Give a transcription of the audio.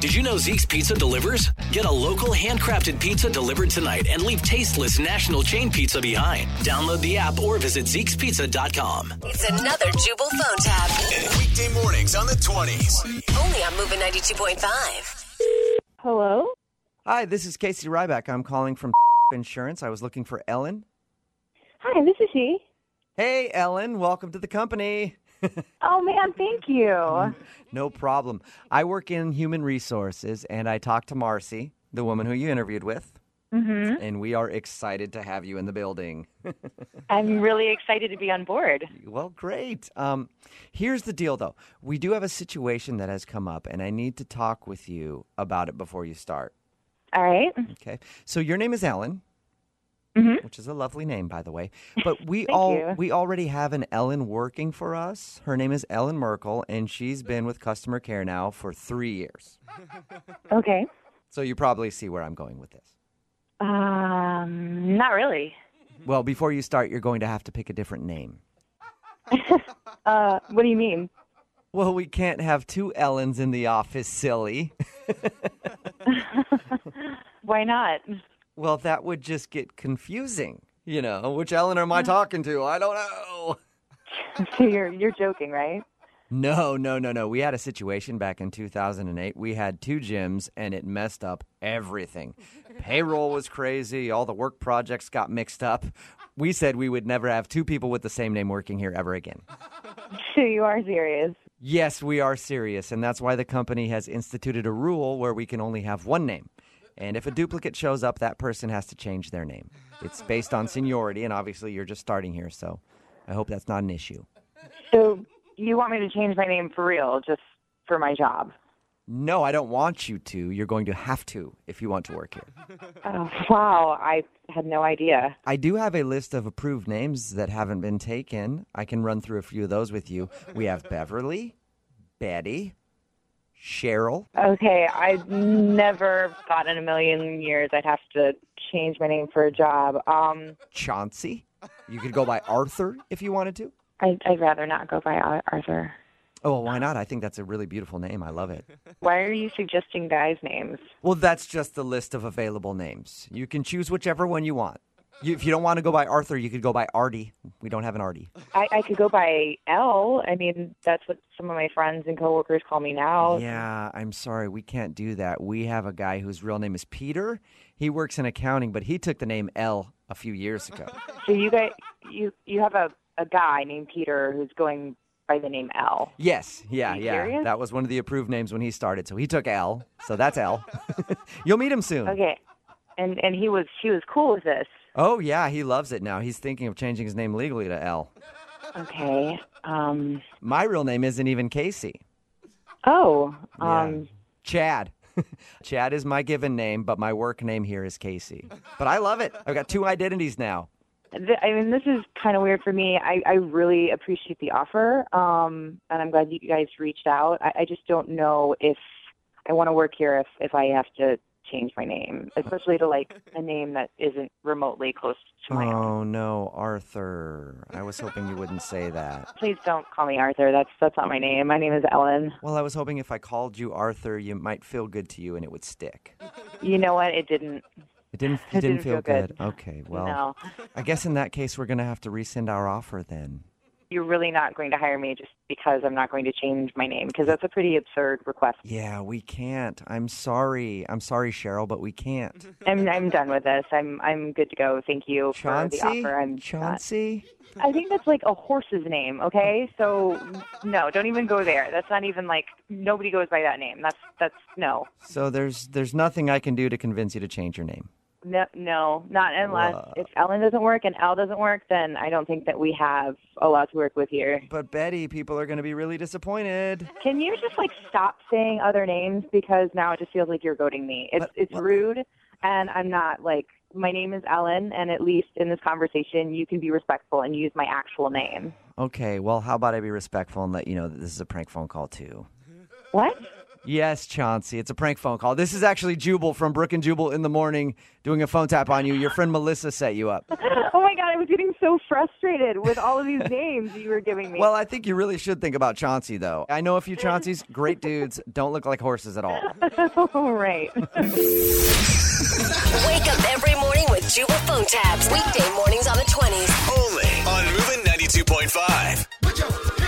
Did you know Zeke's Pizza delivers? Get a local handcrafted pizza delivered tonight and leave tasteless national chain pizza behind. Download the app or visit Zeke'sPizza.com. It's another Jubal phone tab. Weekday mornings on the 20s. Only on Moving 92.5. Hello? Hi, this is Casey Ryback. I'm calling from Insurance. I was looking for Ellen. Hi, this is she. Hey, Ellen, welcome to the company. Oh man, thank you. No problem. I work in human resources and I talked to Marcy, the woman who you interviewed with, hmm and we are excited to have you in the building. I'm really excited to be on board. well, great. Um, here's the deal though we do have a situation that has come up, and I need to talk with you about it before you start. All right. Okay. So your name is Ellen, Mhm. which is a lovely name, by the way. But we Thank all you. we already have an Ellen working for us. Her name is Ellen Merkel, and she's been with customer care now for three years. Okay. So you probably see where I'm going with this. Um, not really. Well, before you start, you're going to have to pick a different name. Uh, what do you mean? Well, we can't have two Ellens in the office, silly. Why not? Well, that would just get confusing. You know, which Ellen am I talking to? I don't know. So you're you're joking, right? No, no, no, no. We had a situation back in 2008. We had two gyms and it messed up everything. Payroll was crazy. All the work projects got mixed up. We said we would never have two people with the same name working here ever again. So you are serious. Yes, we are serious. And that's why the company has instituted a rule where we can only have one name. And if a duplicate shows up, that person has to change their name. It's based on seniority. And obviously, you're just starting here. So I hope that's not an issue. So you want me to change my name for real, just for my job? No, I don't want you to. You're going to have to if you want to work here. Oh, wow, I had no idea. I do have a list of approved names that haven't been taken. I can run through a few of those with you. We have Beverly, Betty, Cheryl. Okay, I never thought in a million years I'd have to change my name for a job. Um, Chauncey. You could go by Arthur if you wanted to. I, I'd rather not go by Ar- Arthur. Oh, well, why not? I think that's a really beautiful name. I love it. Why are you suggesting guys' names? Well, that's just the list of available names. You can choose whichever one you want. You, if you don't want to go by Arthur, you could go by Artie. We don't have an Artie. I, I could go by L. I mean, that's what some of my friends and coworkers call me now. Yeah, I'm sorry. We can't do that. We have a guy whose real name is Peter. He works in accounting, but he took the name L a few years ago. So you guys, you you have a a guy named Peter who's going by the name L. Yes, yeah, you yeah. serious? That was one of the approved names when he started. So he took L. So that's L. You'll meet him soon. Okay, and and he was he was cool with this. Oh yeah, he loves it now. He's thinking of changing his name legally to L. Okay. Um. My real name isn't even Casey. Oh. Yeah. Um. Chad. Chad is my given name, but my work name here is Casey. But I love it. I've got two identities now. Th- I mean, this is kind of weird for me. I I really appreciate the offer. Um. And I'm glad you guys reached out. I, I just don't know if I want to work here if if I have to change my name, especially to like a name that isn't remotely close to my own. Oh no, Arthur. I was hoping you wouldn't say that. Please don't call me Arthur. That's that's not my name. My name is Ellen. Well, I was hoping if I called you Arthur, you might feel good to you and it would stick. You know what? It didn't. It didn't it, It didn't feel good. Okay, well. no, I guess in that case, we're going to have to rescind our offer then. you're really not going to hire me just because I'm not going to change my name because that's a pretty absurd request. Yeah, we can't. I'm sorry. I'm sorry, Cheryl, but we can't. I'm I'm done with this. I'm I'm good to go. Thank you for the Chauncey? offer. I'm not- Chauncey? I think that's like a horse's name. Okay, so no, don't even go there. That's not even like nobody goes by that name. That's that's no, So there's there's nothing I can do to convince you to change your name. no, no, not unless Wha- if Ellen doesn't work and L doesn't work, then I don't think that we have a lot to work with here. But Betty, people are going to be really disappointed. Can you just like stop saying other names because now it just feels like you're goading me. It's But- it's but- rude, and I'm not like my name is Ellen, and at least in this conversation you can be respectful and use my actual name. Okay, well, how about I be respectful and let you know that this is a prank phone call too? What? Yes, Chauncey. It's a prank phone call. This is actually Jubal from Brook and Jubal in the morning doing a phone tap on you. Your friend Melissa set you up. Oh my god, I was getting so frustrated with all of these names you were giving me. Well, I think you really should think about Chauncey, though. I know a few Chaunceys, great dudes, don't look like horses at all. all right. Wake up every morning with Jubal phone tabs. Weekday mornings on the 20s. Only on Moving 92.5.